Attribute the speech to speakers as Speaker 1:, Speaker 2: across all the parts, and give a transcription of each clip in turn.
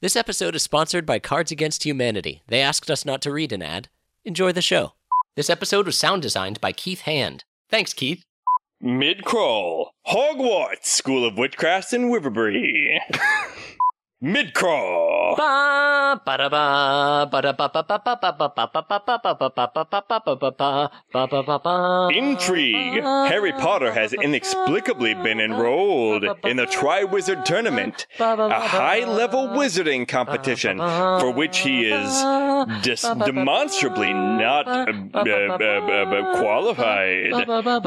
Speaker 1: This episode is sponsored by Cards Against Humanity. They asked us not to read an ad. Enjoy the show. This episode was sound designed by Keith Hand. Thanks, Keith.
Speaker 2: Mid crawl, Hogwarts School of Witchcraft in Wiverbury. Mid crawl.
Speaker 1: Ba ba da ba ba da ba ba ba ba ba ba ba ba ba ba ba ba ba ba ba ba ba ba ba ba ba ba
Speaker 2: Intrigue! Harry Potter has inexplicably been enrolled in the Tri Wizard Tournament, a high level wizarding competition for which he is dis- demonstrably not uh, uh, uh, uh, qualified.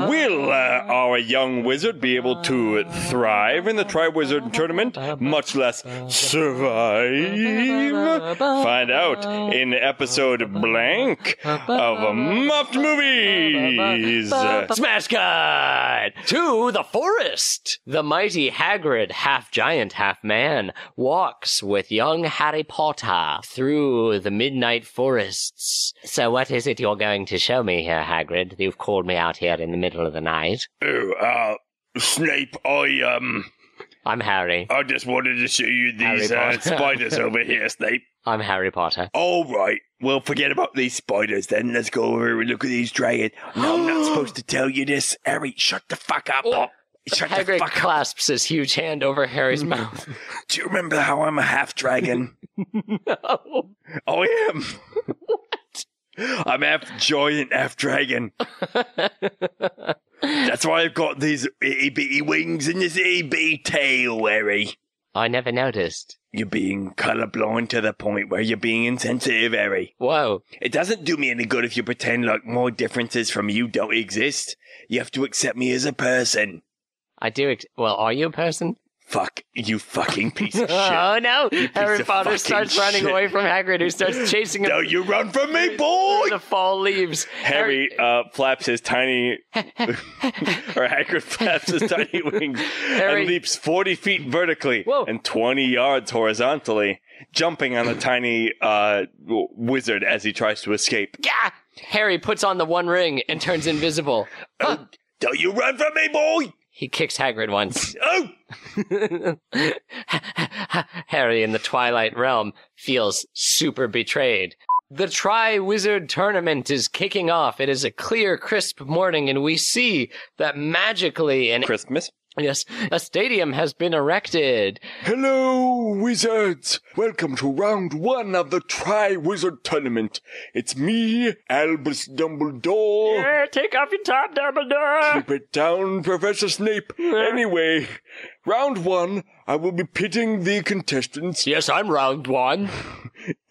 Speaker 2: Will uh, our young wizard be able to thrive in the Tri Wizard Tournament, much less survive? Find out in episode blank of Muffed Movies.
Speaker 1: Smash cut to the forest. The mighty Hagrid, half giant, half man, walks with young Harry Potter through the midnight forests. So, what is it you're going to show me here, Hagrid? You've called me out here in the middle of the night.
Speaker 2: Oh, uh, Snape, I um,
Speaker 1: I'm Harry.
Speaker 2: I just wanted to show you these
Speaker 1: Harry
Speaker 2: uh,
Speaker 1: Potter.
Speaker 2: spiders over here, Snape.
Speaker 1: I'm Harry Potter.
Speaker 2: All right. Well, forget about these spiders then. Let's go over and look at these dragons. No, I'm not supposed to tell you this. Harry, shut the fuck up.
Speaker 1: Oh.
Speaker 2: Shut the
Speaker 1: Hagrid
Speaker 2: fuck up.
Speaker 1: clasps his huge hand over Harry's mouth.
Speaker 2: Do you remember how I'm a half dragon?
Speaker 1: No.
Speaker 2: I am. what? I'm half giant, half dragon. That's why I've got these itty bitty wings and this itty bitty tail, Harry.
Speaker 1: I never noticed.
Speaker 2: You're being colorblind to the point where you're being insensitive, Harry.
Speaker 1: Whoa.
Speaker 2: It doesn't do me any good if you pretend like my differences from you don't exist. You have to accept me as a person.
Speaker 1: I do. Ex- well, are you a person?
Speaker 2: Fuck you, fucking piece of shit.
Speaker 1: Oh no! Harry
Speaker 2: of
Speaker 1: Potter
Speaker 2: fucking
Speaker 1: starts running
Speaker 2: shit.
Speaker 1: away from Hagrid, who starts chasing him
Speaker 2: No, you run from me,
Speaker 1: through
Speaker 2: boy!
Speaker 1: the fall leaves.
Speaker 2: Harry uh, flaps his tiny, or Hagrid flaps his tiny wings
Speaker 1: Harry-
Speaker 2: and leaps forty feet vertically
Speaker 1: Whoa.
Speaker 2: and twenty yards horizontally, jumping on the tiny uh, w- wizard as he tries to escape.
Speaker 1: Gah! Harry puts on the One Ring and turns invisible.
Speaker 2: Oh, don't you run from me, boy!
Speaker 1: He kicks Hagrid once.
Speaker 2: Oh,
Speaker 1: Harry in the Twilight Realm feels super betrayed. The Tri Wizard Tournament is kicking off. It is a clear, crisp morning, and we see that magically, and
Speaker 2: Christmas.
Speaker 1: yes, a stadium has been erected.
Speaker 2: Hello, wizards! Welcome to round one of the Tri Wizard Tournament. It's me, Albus Dumbledore.
Speaker 1: take off your top, Dumbledore.
Speaker 2: Keep it down, Professor Snape. Anyway, round one, I will be pitting the contestants.
Speaker 1: Yes, I'm round one.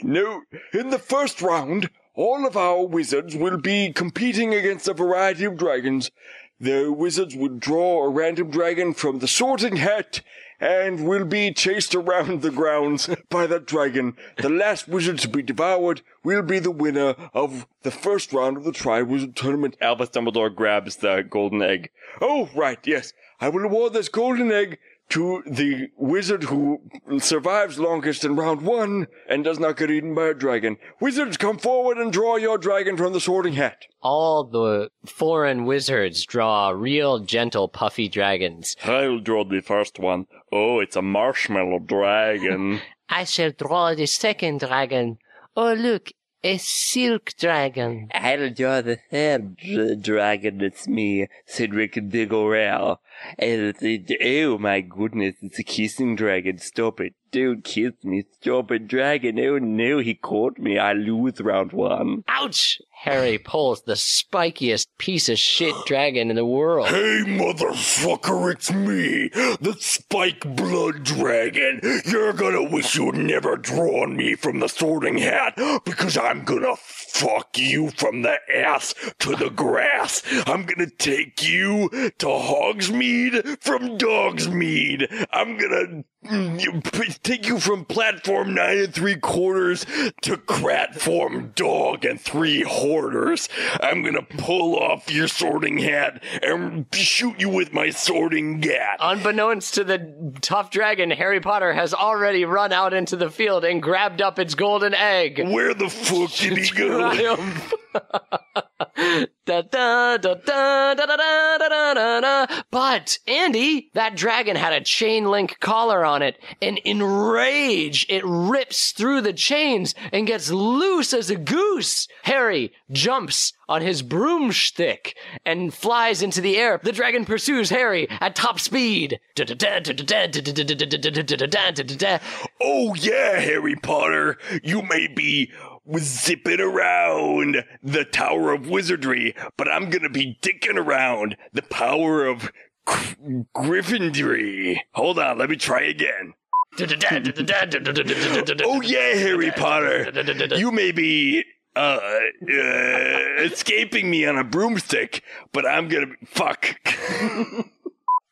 Speaker 2: No, in the first round, all of our wizards will be competing against a variety of dragons. The wizards will draw a random dragon from the sorting hat and will be chased around the grounds by that dragon. The last wizard to be devoured will be the winner of the first round of the Tri-Wizard Tournament. Albus Dumbledore grabs the golden egg. Oh, right, yes. I will award this golden egg to the wizard who survives longest in round one and does not get eaten by a dragon. Wizards, come forward and draw your dragon from the sorting hat.
Speaker 1: All the foreign wizards draw real gentle puffy dragons.
Speaker 2: I'll draw the first one. Oh, it's a marshmallow dragon.
Speaker 1: I shall draw the second dragon. Oh, look, a silk dragon.
Speaker 3: I'll draw the third dr- dragon. It's me, Cedric Diggoral. And it, oh my goodness, it's a kissing dragon. Stop it. Don't kiss me. Stop it, dragon. Oh no, he caught me. I lose round one.
Speaker 1: Ouch! Harry pulls the spikiest piece of shit dragon in the world.
Speaker 2: hey, motherfucker, it's me, the Spike Blood Dragon. You're gonna wish you'd never drawn me from the sorting hat because I'm gonna fuck you from the ass to the grass. I'm gonna take you to Hogsmeade from Dogsmeade. I'm gonna mm, you- p- take you from platform nine and three quarters to cratform dog and three hoarders. I'm gonna pull off your sorting hat and shoot you with my sorting gat.
Speaker 1: Uh, Unbeknownst to the tough dragon, Harry Potter has already run out into the field and grabbed up its golden egg.
Speaker 2: Where the fuck did he go?
Speaker 1: Triumph. Da, da, da, da, da, da, da, da, da, da, da. But, Andy, that dragon had a chain link collar on it, and in rage, it rips through the chains and gets loose as a goose. Harry jumps on his broomstick and flies into the air. The dragon pursues Harry at top speed. Da, da, da, da, da, da, da, da, da, da, da, da, da, da, da, da, da.
Speaker 2: Oh, yeah, Harry Potter, you may be zipping around the Tower of Wizardry, but I'm gonna be dicking around the power of Gr- Gryffindry. Hold on, let me try again. Oh, yeah, Harry Potter, you may be. Uh, uh, escaping me on a broomstick, but I'm gonna fuck.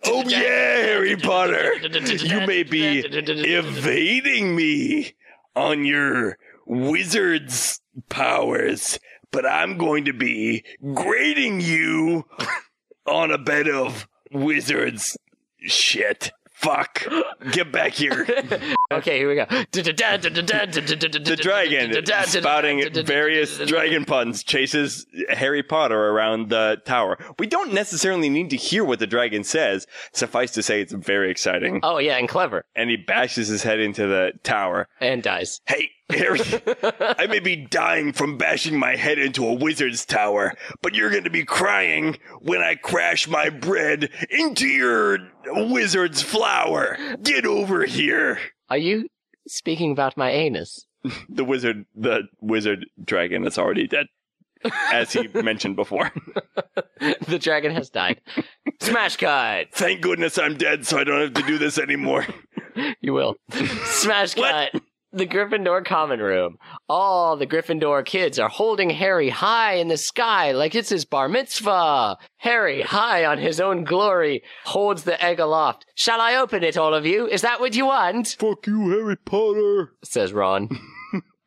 Speaker 2: oh yeah, Harry Potter, you may be evading me on your wizard's powers, but I'm going to be grading you on a bed of wizards shit. Fuck. Get back here.
Speaker 1: Okay, here we go.
Speaker 2: The
Speaker 1: The
Speaker 2: dragon, spouting various dragon puns, chases Harry Potter around the tower. We don't necessarily need to hear what the dragon says. Suffice to say, it's very exciting.
Speaker 1: Oh yeah, and clever,
Speaker 2: And he bashes his head into the tower.
Speaker 1: and dies.
Speaker 2: Hey, Harry, I may be dying from bashing my head into a wizard's tower, but you're going to be crying when I crash my bread into your wizard's flower. Get over here.
Speaker 1: Are you speaking about my anus?
Speaker 2: The wizard, the wizard dragon is already dead, as he mentioned before.
Speaker 1: The dragon has died. Smash cut.
Speaker 2: Thank goodness I'm dead, so I don't have to do this anymore.
Speaker 1: You will. Smash cut. The Gryffindor common room. All the Gryffindor kids are holding Harry high in the sky like it's his bar mitzvah. Harry, high on his own glory, holds the egg aloft. Shall I open it, all of you? Is that what you want?
Speaker 2: Fuck you, Harry Potter.
Speaker 1: Says Ron.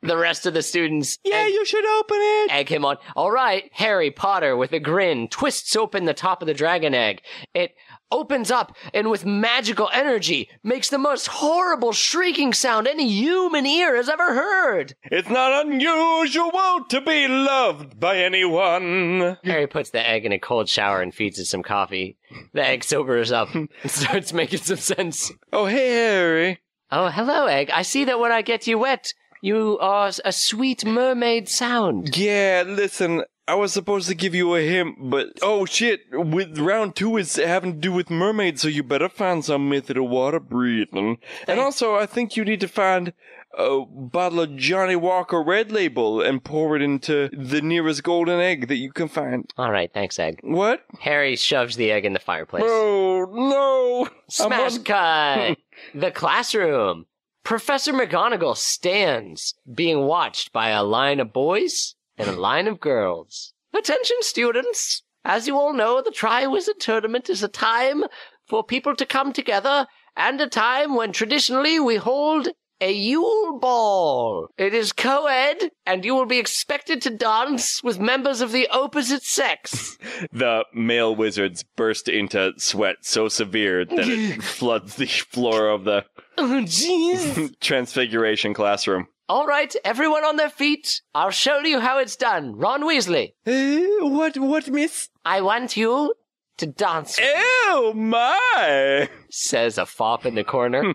Speaker 1: the rest of the students egg-
Speaker 2: you should open it.
Speaker 1: egg him on. All right, Harry Potter with a grin twists open the top of the dragon egg. It opens up and with magical energy makes the most horrible shrieking sound any human ear has ever heard.
Speaker 2: It's not unusual to be loved by anyone.
Speaker 1: Harry puts the egg in a cold shower and feeds it some coffee. The egg sobers up and starts making some sense.
Speaker 2: Oh, hey, Harry.
Speaker 1: Oh, hello, egg. I see that when I get you wet, you are a sweet mermaid sound.
Speaker 2: Yeah, listen, I was supposed to give you a hint, but oh shit, with round two is having to do with mermaids, so you better find some method of water breathing. And also, I think you need to find a bottle of Johnny Walker Red Label and pour it into the nearest golden egg that you can find.
Speaker 1: All right, thanks, egg.
Speaker 2: What?
Speaker 1: Harry shoves the egg in the fireplace.
Speaker 2: Oh no! I'm
Speaker 1: Smash
Speaker 2: on-
Speaker 1: cut! the classroom. Professor McGonagall stands, being watched by a line of boys and a line of girls. Attention, students! As you all know, the Triwizard Tournament is a time for people to come together and a time when traditionally we hold a Yule Ball. It is co-ed, and you will be expected to dance with members of the opposite sex.
Speaker 4: The male wizards burst into sweat so severe that it floods the floor of the
Speaker 1: oh, jeez!
Speaker 4: transfiguration classroom.
Speaker 1: All right, everyone on their feet. I'll show you how it's done. Ron Weasley,
Speaker 4: Eh, what, what, miss?
Speaker 1: I want you to dance, with me,"
Speaker 4: Oh, my!
Speaker 1: says a fop in the corner.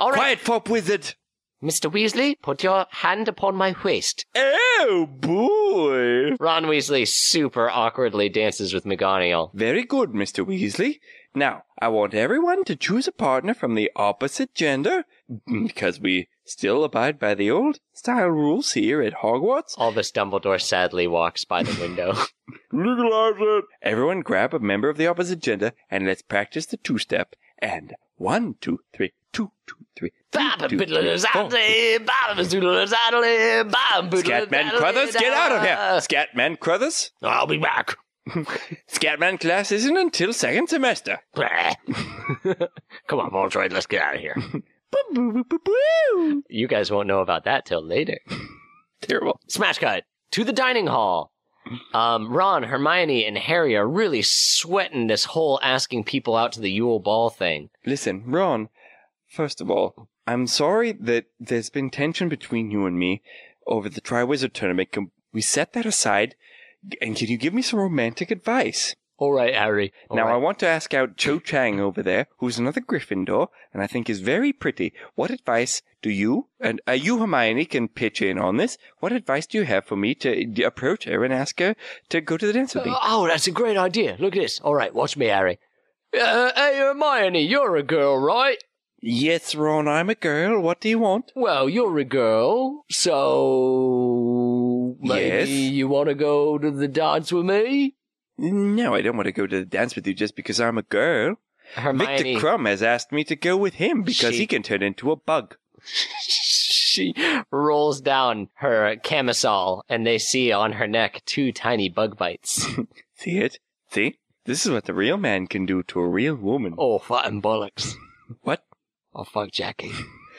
Speaker 1: All right,
Speaker 4: Quiet, fop wizard!
Speaker 1: Mr. Weasley, put your hand upon my waist.
Speaker 4: Oh, boy!
Speaker 1: Ron Weasley super awkwardly dances with McGonagall.
Speaker 4: Very good, Mr. Weasley. Now, I want everyone to choose a partner from the opposite gender, because we still abide by the old style rules here at Hogwarts.
Speaker 1: All this Dumbledore sadly walks by the window.
Speaker 2: Legalize it.
Speaker 4: Everyone grab a member of the opposite gender and let's practice the two step. And one, two, three, two, two, three. Scatman
Speaker 1: Scatman
Speaker 4: Crothers, get out of here! Scatman Crothers,
Speaker 1: I'll be back.
Speaker 4: Scatman class isn't until second semester.
Speaker 1: Come on, Voltroid, let's get out of here. You guys won't know about that till later.
Speaker 4: Terrible.
Speaker 1: Smash cut to the dining hall. Um, Ron, Hermione, and Harry are really sweating this whole asking people out to the Yule Ball thing.
Speaker 4: Listen, Ron, first of all, I'm sorry that there's been tension between you and me over the Triwizard Tournament. Can we set that aside?
Speaker 2: And can you give me some romantic advice?
Speaker 1: All right, Harry. All
Speaker 2: now, I
Speaker 1: right.
Speaker 2: want to ask out Cho Chang over there, who's another Gryffindor, and I think is very pretty. What advice do you, and uh, you, Hermione, can pitch in on this? What advice do you have for me to d- approach her and ask her to go to the dance with me?
Speaker 1: Oh, that's a great idea. Look at this. All right, watch me, Harry. Uh, hey, Hermione, you're a girl, right?
Speaker 2: yes, Ron, I'm a girl. What do you want?
Speaker 1: Well, you're a girl, so
Speaker 2: Yes?
Speaker 1: maybe you want to go to the dance with me?
Speaker 2: No, I don't want to go to the dance with you just because I'm a girl.
Speaker 1: Hermione,
Speaker 2: Victor Crumb has asked me to go with him because
Speaker 1: She-
Speaker 2: he can turn into a bug.
Speaker 1: she rolls down her camisole, and they see on her neck two tiny bug bites.
Speaker 2: See it? See? This is what the real man can do to a real woman.
Speaker 1: oh, fucking bollocks!
Speaker 2: What?
Speaker 1: Oh, fuck, Jackie.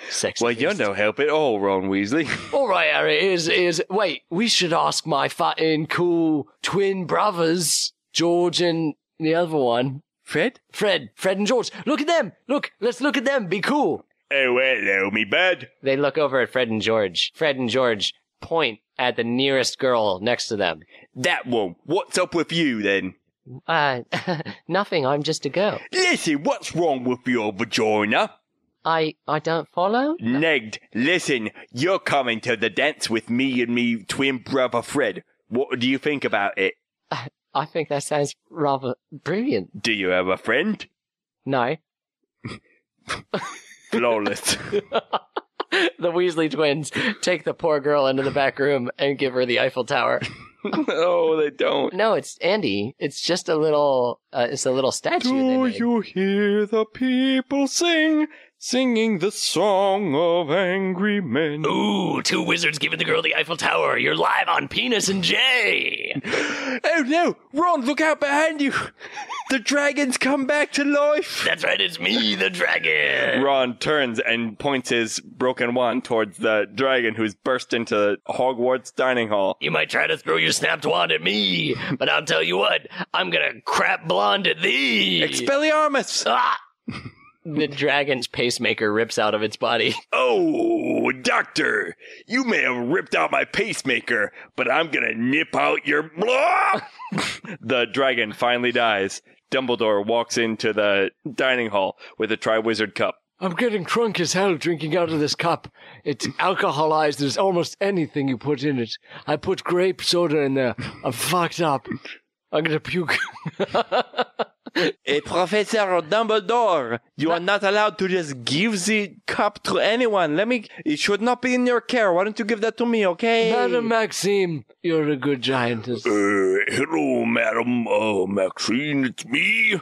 Speaker 1: Sex.
Speaker 2: Well, you're
Speaker 1: beast.
Speaker 2: no help at all, Ron Weasley.
Speaker 1: All right, Harry. Is is wait? We should ask my fucking cool twin brothers, George and the other one,
Speaker 2: Fred?
Speaker 1: Fred. Fred and George. Look at them. Look. Let's look at them. Be cool.
Speaker 2: Oh, hello, me bud.
Speaker 1: They look over at Fred and George. Fred and George point at the nearest girl next to them.
Speaker 2: That one. What's up with you then?
Speaker 1: Uh, nothing. I'm just a girl.
Speaker 2: Listen, what's wrong with your vagina?
Speaker 1: I I don't follow.
Speaker 2: Negged. Listen, you're coming to the dance with me and me twin brother Fred. What do you think about it?
Speaker 1: I think that sounds rather brilliant.
Speaker 2: Do you have a friend?
Speaker 1: No,
Speaker 2: Flawless.
Speaker 1: the Weasley twins take the poor girl into the back room and give her the Eiffel Tower.
Speaker 2: no, they don't.
Speaker 1: No, it's Andy. It's just a little. Uh, it's a little statue. they
Speaker 2: Do
Speaker 1: made.
Speaker 2: you hear the people sing, singing the song of angry men?
Speaker 1: Ooh, two wizards giving the girl the Eiffel Tower. You're live on Penis and Jay.
Speaker 2: Oh no! Ron, look out behind you! The dragon's come back to life!
Speaker 1: That's right, it's me, the dragon.
Speaker 2: Ron turns and points his broken wand towards the dragon who's burst into Hogwarts dining hall.
Speaker 1: You might try to throw your snapped wand at me, but I'll tell you what, I'm gonna crap blonde at thee.
Speaker 2: Expelliarmus!
Speaker 1: ah! the dragon's pacemaker rips out of its body.
Speaker 2: Oh, doctor! You may have ripped out my pacemaker, but I'm gonna nip out your. Blah! the dragon finally dies. Dumbledore walks into the dining hall with a Triwizard cup.
Speaker 1: I'm getting drunk as hell drinking out of this cup. It's alcoholized. There's almost anything you put in it. I put grape soda in there. I'm fucked up. I'm gonna puke.
Speaker 2: Hey, Professor Dumbledore, you are not allowed to just give the cup to anyone. Let me. It should not be in your care. Why don't you give that to me, okay?
Speaker 1: Madam Maxime, you're a good giantess.
Speaker 5: Uh, hello, madam. Uh, Maxine, it's me.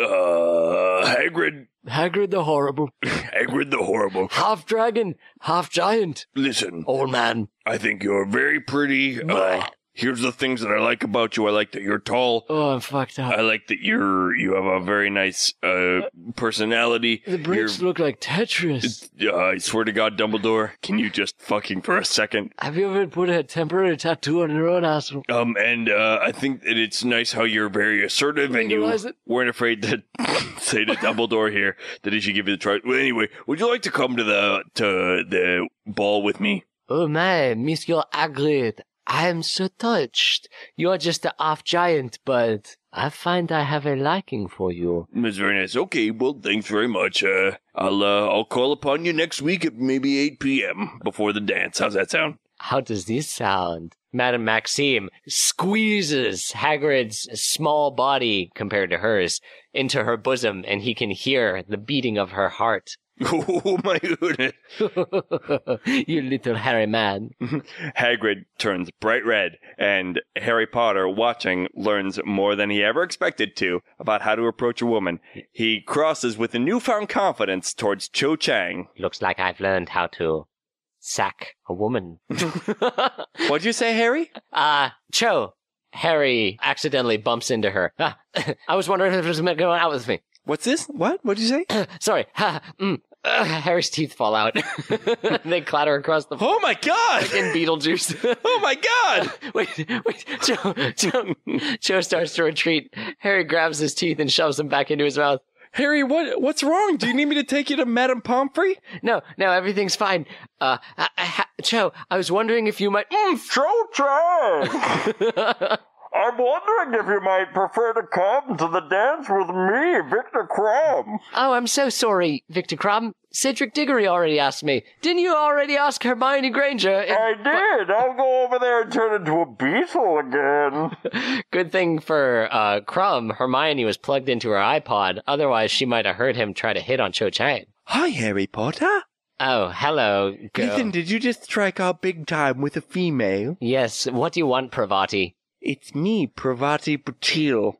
Speaker 5: Uh, Hagrid.
Speaker 1: Hagrid the Horrible.
Speaker 5: Hagrid the Horrible.
Speaker 1: Half dragon, half giant.
Speaker 5: Listen,
Speaker 1: Old man.
Speaker 5: I think you're very pretty. Uh, here's the things that I like about you. I like that you're tall.
Speaker 1: Oh, I'm fucked
Speaker 5: I
Speaker 1: up.
Speaker 5: like that you're you have a very nice uh personality.
Speaker 1: The bricks look like Tetris.
Speaker 5: Yeah, I swear to God, Dumbledore, can you just fucking for a second?
Speaker 1: Have you ever put a temporary tattoo on your own asshole?
Speaker 5: Um, and uh, I think that it's nice how you're very assertive and you
Speaker 1: Legalize it.
Speaker 5: weren't afraid to say to Dumbledore here that he should give you the try. Well, anyway, would you like to come to the to the ball with me?
Speaker 1: Oh my, Monsieur Hagrid, I am so touched. You are just a half giant, but I find I have a liking for you.
Speaker 5: That's very nice. Okay, well, thanks very much. Uh, I'll uh, I'll call upon you next week at maybe eight p.m. before the dance. How's that sound?
Speaker 1: How does this sound? Madame Maxime squeezes Hagrid's small body compared to hers into her bosom, and he can hear the beating of her heart.
Speaker 5: Oh my goodness!
Speaker 1: you little hairy man.
Speaker 2: Hagrid turns bright red, and Harry Potter, watching, learns more than he ever expected to about how to approach a woman. He crosses with a newfound confidence towards Cho Chang.
Speaker 1: Looks like I've learned how to sack a woman.
Speaker 2: What'd you say, Harry?
Speaker 1: Uh, Cho, Harry accidentally bumps into her. Ah, I was wondering if it was going out with me.
Speaker 2: What's this? What? What'd you say?
Speaker 1: Sorry. Ha, mm. Ugh, Harry's teeth fall out. they clatter across the
Speaker 2: Oh my god!
Speaker 1: fucking Beetlejuice.
Speaker 2: Oh my god!
Speaker 1: wait, wait. Cho, Cho, Cho starts to retreat. Harry grabs his teeth and shoves them back into his mouth.
Speaker 2: Harry, what what's wrong? Do you need me to take you to Madame Pomfrey?
Speaker 1: No, no, everything's fine. Uh, mm, I, I, ha- Cho, I was wondering if you might.
Speaker 2: Cho Chang!
Speaker 6: I'm wondering if you might prefer to come to the dance with me, Victor Crumb.
Speaker 1: Oh, I'm so sorry, Victor Crumb. Cedric Diggory already asked me. Didn't you already ask Hermione Granger? if-
Speaker 6: I did. I'll go over there and turn into a beetle again.
Speaker 1: Good thing for uh, Crumb, Hermione was plugged into her iPod. Otherwise, she might have heard him try to hit on Cho Chang.
Speaker 7: Hi, Harry Potter.
Speaker 1: Oh, hello, girl.
Speaker 7: Ethan, did you just strike out big time with a female?
Speaker 1: Yes, what do you want, Pravati?
Speaker 7: It's me, Pravati Patil.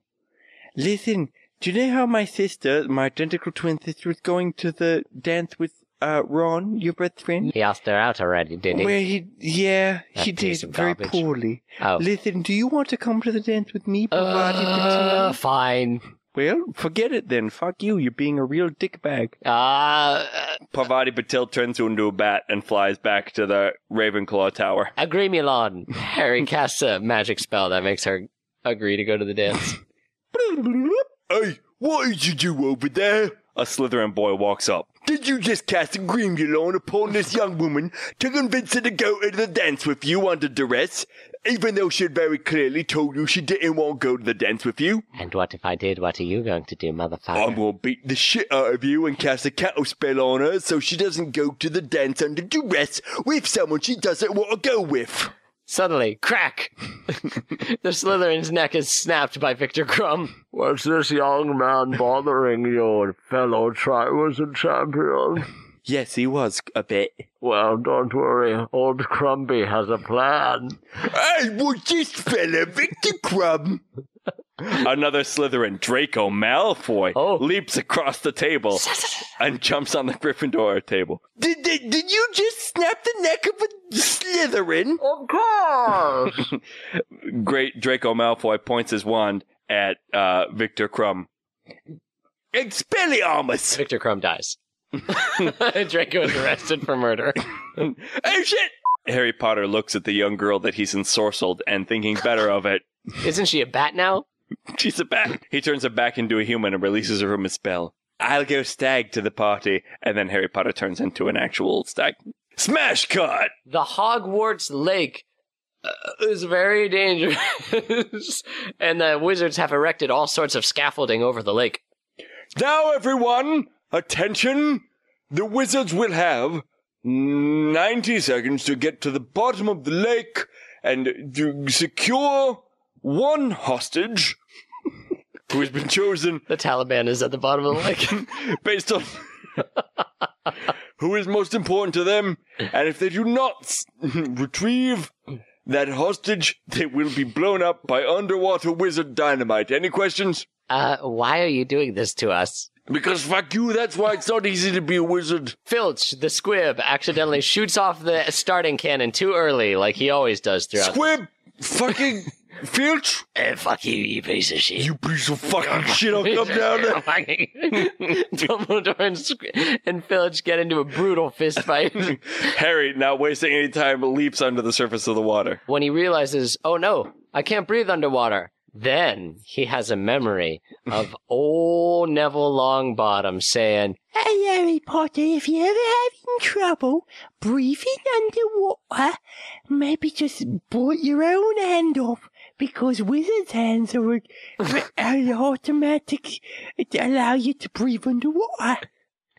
Speaker 7: Listen, do you know how my sister, my identical twin sister, was going to the dance with uh, Ron, your best friend?
Speaker 1: He asked her out already, did he?
Speaker 7: Where he, yeah, he
Speaker 1: That piece
Speaker 7: did
Speaker 1: of
Speaker 7: very
Speaker 1: garbage.
Speaker 7: poorly.
Speaker 1: Oh.
Speaker 7: Listen, do you want to come to the dance with me, Pravati
Speaker 1: Uh,
Speaker 7: Patil?
Speaker 1: fine.
Speaker 7: Well, forget it then. Fuck you. You're being a real dickbag.
Speaker 1: Uh,
Speaker 2: Parvati Patil turns into a bat and flies back to the Ravenclaw Tower.
Speaker 1: agree, Milan. Harry casts a magic spell that makes her agree to go to the dance.
Speaker 2: Hey, what did you do over there? A Slytherin boy walks up. Did you just cast a gremulon upon this young woman to convince her to go to the dance with you under duress, even though she had very clearly told you she didn't want to go to the dance with you?
Speaker 1: and what if I did? What are you going to do,
Speaker 2: I'm
Speaker 1: motherfucker?
Speaker 2: gonna beat the shit out of you and cast a cattle spell on her so she doesn't go to the dance under duress with someone she doesn't want to go with.
Speaker 1: Suddenly, crack! the Slytherin's neck is snapped by Victor Crumb.
Speaker 8: What's this young man bothering you, fellow triers and champion?
Speaker 7: Yes, he was a bit.
Speaker 8: Well, don't worry, old Crumbie has a plan.
Speaker 2: I was this fella, Victor Crumb. Another Slytherin, Draco Malfoy,
Speaker 1: Oh.
Speaker 2: leaps across the table and jumps on the Gryffindor table.
Speaker 7: Did, did, did you just snap the neck of a Slytherin?
Speaker 8: Of course!
Speaker 2: Great Draco Malfoy points his wand at uh, Victor Crumb. Expelliarmus!
Speaker 1: Victor Crumb dies. Draco is arrested for murder.
Speaker 2: Oh shit! Harry Potter looks at the young girl that he's ensorcelled and thinking better of it,
Speaker 1: Isn't she a bat now?
Speaker 2: She's a bat. He turns her back into a human and releases her from his spell. I'll go stag to the party, and then Harry Potter turns into an actual stag. Smash cut!
Speaker 1: the Hogwarts lake uh, is very dangerous, and the wizards have erected all sorts of scaffolding over the lake.
Speaker 6: Now, everyone, attention! The wizards will have 90 seconds to get to the bottom of the lake and to secure one hostage who has been chosen,
Speaker 1: The Taliban is at the bottom of the lake.
Speaker 6: based on who is most important to them. And if they do not s- retrieve that hostage, they will be blown up by underwater wizard dynamite. Any questions?
Speaker 1: uh, why are you doing this to us?
Speaker 6: Because fuck you, that's why it's not easy to be a wizard.
Speaker 1: Filch, the squib, accidentally shoots off the starting cannon too early, like he always does throughout.
Speaker 6: Squib! Fucking Filch!
Speaker 1: Eh, fuck you, you piece of shit.
Speaker 6: You piece of fucking shit, I'll come down there.
Speaker 1: Dumbledore and, Squ- and Filch get into a brutal fist fight.
Speaker 2: Harry, not wasting any time, leaps under the surface of the water.
Speaker 1: when he realizes, oh no, I can't breathe underwater. Then he has a memory of old Neville Longbottom saying,
Speaker 9: Hey, Harry Potter, if you're ever having trouble breathing underwater, maybe just bite your own hand off because wizards' hands are, a- are automatic. It allow you to breathe underwater.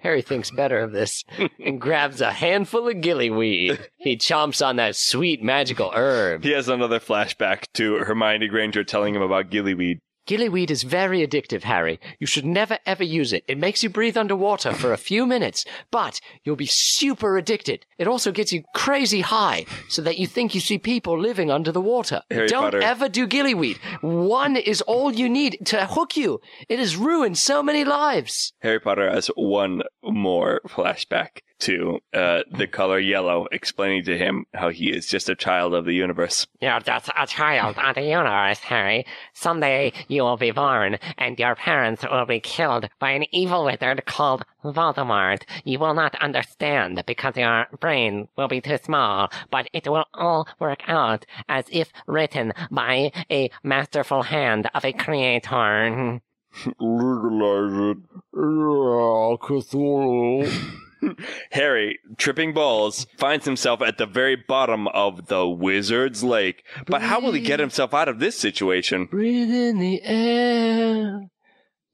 Speaker 1: Harry thinks better of this and grabs a handful of gillyweed. He chomps on that sweet magical herb.
Speaker 2: He has another flashback to Hermione Granger telling him about Gillyweed.
Speaker 1: Gillyweed is very addictive, Harry. You should never ever use it. It makes you breathe underwater for a few minutes, but you'll be super addicted. It also gets you crazy high so that you think you see people living under the water.
Speaker 2: Harry
Speaker 1: Don't
Speaker 2: Potter.
Speaker 1: ever do gillyweed. One is all you need to hook you. It has ruined so many lives.
Speaker 2: Harry Potter has one more flashback to uh, the color yellow, explaining to him how he is just a child of the universe.
Speaker 10: You're just a child of the universe, Harry. Someday you will be born, and your parents will be killed by an evil wizard called Voldemort. You will not understand because your brain will be too small, but it will all work out as if written by a masterful hand of a creator.
Speaker 6: Legalize it.
Speaker 8: yeah, Cthulhu.
Speaker 2: Harry, tripping balls, finds himself at the very bottom of the Wizard's Lake. But how will he get himself out of this situation?
Speaker 1: Breathe in the air.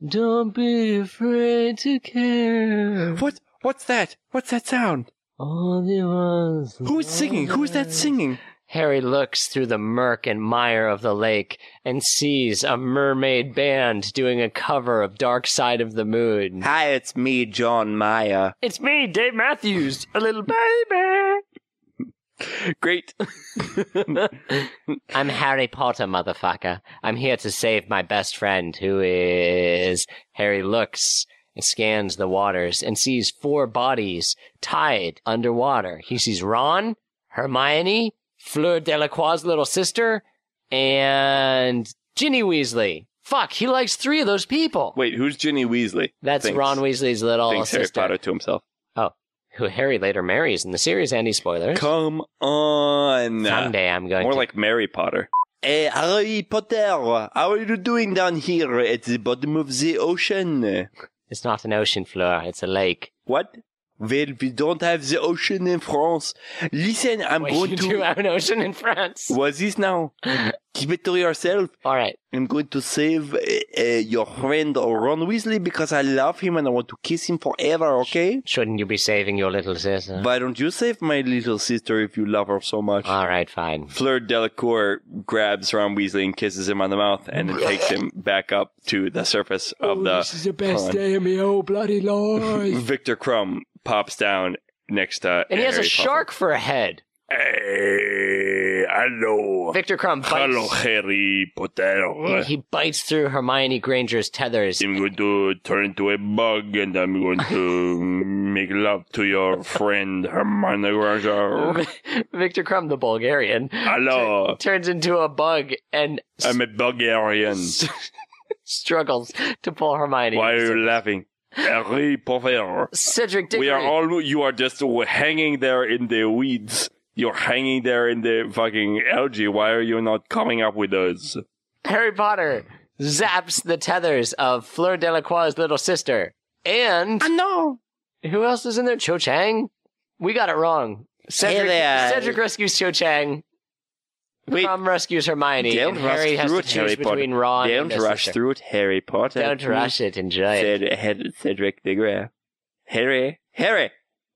Speaker 1: Don't be afraid to care.
Speaker 2: What? What's that? What's that sound?
Speaker 1: Only once.
Speaker 2: Who is singing? Who is that singing?
Speaker 1: Harry looks through the murk and mire of the lake and sees a mermaid band doing a cover of Dark Side of the Moon.
Speaker 10: Hi, it's me, John Mayer.
Speaker 1: It's me, Dave Matthews, a little baby.
Speaker 2: Great.
Speaker 1: I'm Harry Potter, motherfucker. I'm here to save my best friend, who is. Harry looks, scans the waters, and sees four bodies tied underwater. He sees Ron, Hermione, Fleur Delacroix's little sister, and Ginny Weasley. Fuck, he likes three of those people.
Speaker 2: Wait, who's Ginny Weasley?
Speaker 1: That's
Speaker 2: Thanks.
Speaker 1: Ron Weasley's little
Speaker 2: Thinks Harry
Speaker 1: Oh, sister,
Speaker 2: Potter to himself.
Speaker 1: who Harry later marries in the series. Any spoilers?
Speaker 2: Come on.
Speaker 1: Someday I'm going
Speaker 2: More
Speaker 1: to.
Speaker 2: like Mary Potter.
Speaker 10: Hey, Eh, Harry Potter, how are you doing down here at the bottom of the ocean?
Speaker 1: it's not an ocean, Fleur. It's a lake.
Speaker 10: What? Well, we don't have the ocean in France. Listen, I'm
Speaker 1: Wait,
Speaker 10: going
Speaker 1: you
Speaker 10: to.
Speaker 1: do have an ocean in France.
Speaker 10: Was this now? Keep it to yourself.
Speaker 1: All right.
Speaker 10: I'm going to save uh, uh, your friend Ron Weasley because I love him and I want to kiss him forever, okay?
Speaker 1: Shouldn't you be saving your little sister?
Speaker 10: Why don't you save my little sister if you love her so much?
Speaker 1: All right, fine.
Speaker 2: Fleur Delacour grabs Ron Weasley and kisses him on the mouth and then takes him back up to the surface of Oh, the.
Speaker 11: This is the best
Speaker 2: pond.
Speaker 11: day of me oh bloody life.
Speaker 2: Victor Crumb pops down next to.
Speaker 1: And he has a
Speaker 2: Harry Potter.
Speaker 1: shark for a head.
Speaker 2: Hey, hello.
Speaker 1: Victor Crumb bites.
Speaker 2: Hello,
Speaker 1: He,
Speaker 2: Harry Potter.
Speaker 1: he bites through Hermione Granger's tethers.
Speaker 2: I'm going to turn into a bug and I'm going to make love to your friend Hermione Granger.
Speaker 1: Victor Crumb, the Bulgarian,
Speaker 2: Hello,
Speaker 1: turns into a bug and s-
Speaker 2: I'm a Bulgarian.
Speaker 1: struggles to pull Hermione.
Speaker 2: Why are you laughing? Harry Potter.
Speaker 1: Cedric Diggory.
Speaker 2: We are all, you are just hanging there in the weeds. You're hanging there in the fucking algae. Why are you not coming up with us?
Speaker 1: Harry Potter zaps the tethers of Fleur Delacroix's little sister. And
Speaker 12: I know.
Speaker 1: who else is in there? Cho Chang? We got it wrong. Cedric,
Speaker 10: there.
Speaker 1: Cedric rescues Cho Chang.
Speaker 10: Wait.
Speaker 1: Crumb rescues Hermione.
Speaker 10: Don't
Speaker 1: and
Speaker 10: rush
Speaker 1: Harry has
Speaker 10: through
Speaker 1: to
Speaker 10: it,
Speaker 1: choose
Speaker 10: Harry Potter.
Speaker 1: between Ron and
Speaker 10: Don't
Speaker 1: his
Speaker 10: rush
Speaker 1: sister.
Speaker 10: through it, Harry Potter.
Speaker 1: Don't rush it. Enjoy it.
Speaker 10: Said had Cedric de Grey. Harry, Harry,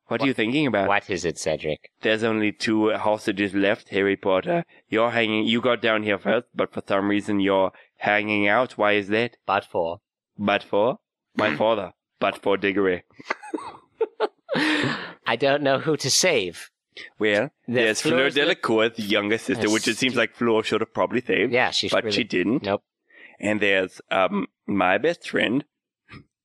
Speaker 10: what, are you thinking about?
Speaker 1: What is it, Cedric?
Speaker 10: There's only two hostages left, Harry Potter. You're hanging. You got down here first, but for some reason you're hanging out. Why is that?
Speaker 1: But for.
Speaker 10: But for my father. But for Diggory.
Speaker 1: I don't know who to save.
Speaker 10: Well,
Speaker 2: There's Fleur
Speaker 1: Fleur's li-
Speaker 2: Delacour, the younger sister,
Speaker 1: Yes.
Speaker 2: which it seems like Fleur should have probably saved,
Speaker 1: Yeah, she
Speaker 2: but
Speaker 1: really-
Speaker 2: she didn't.
Speaker 1: Nope.
Speaker 2: And there's um my best friend,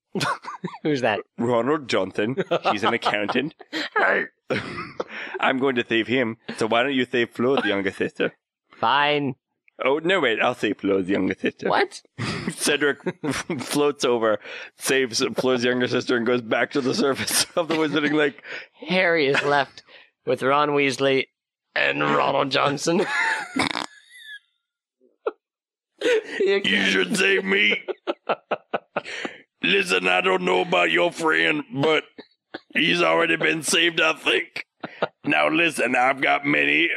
Speaker 1: Who's that?
Speaker 2: Ronald Johnson. He's an accountant. I'm going to save him. So why don't you save Flo's younger sister?
Speaker 1: Fine.
Speaker 2: Oh no, wait! I'll save Flo's younger sister.
Speaker 1: What?
Speaker 2: Cedric floats over, saves Flo's younger sister, and goes back to the surface of the Wizarding Lake.
Speaker 1: Harry is left with Ron Weasley and Ronald Johnson.
Speaker 2: You should save me. Listen, I don't know about your friend, but he's already been saved, I think. Now, listen, I've got many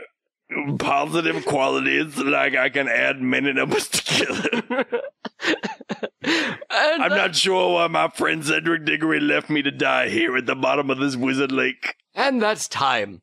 Speaker 2: positive qualities, like I can add many numbers together.
Speaker 1: And
Speaker 2: I'm not sure why my friend Cedric Diggory left me to die here at the bottom of this wizard lake.
Speaker 1: And that's time.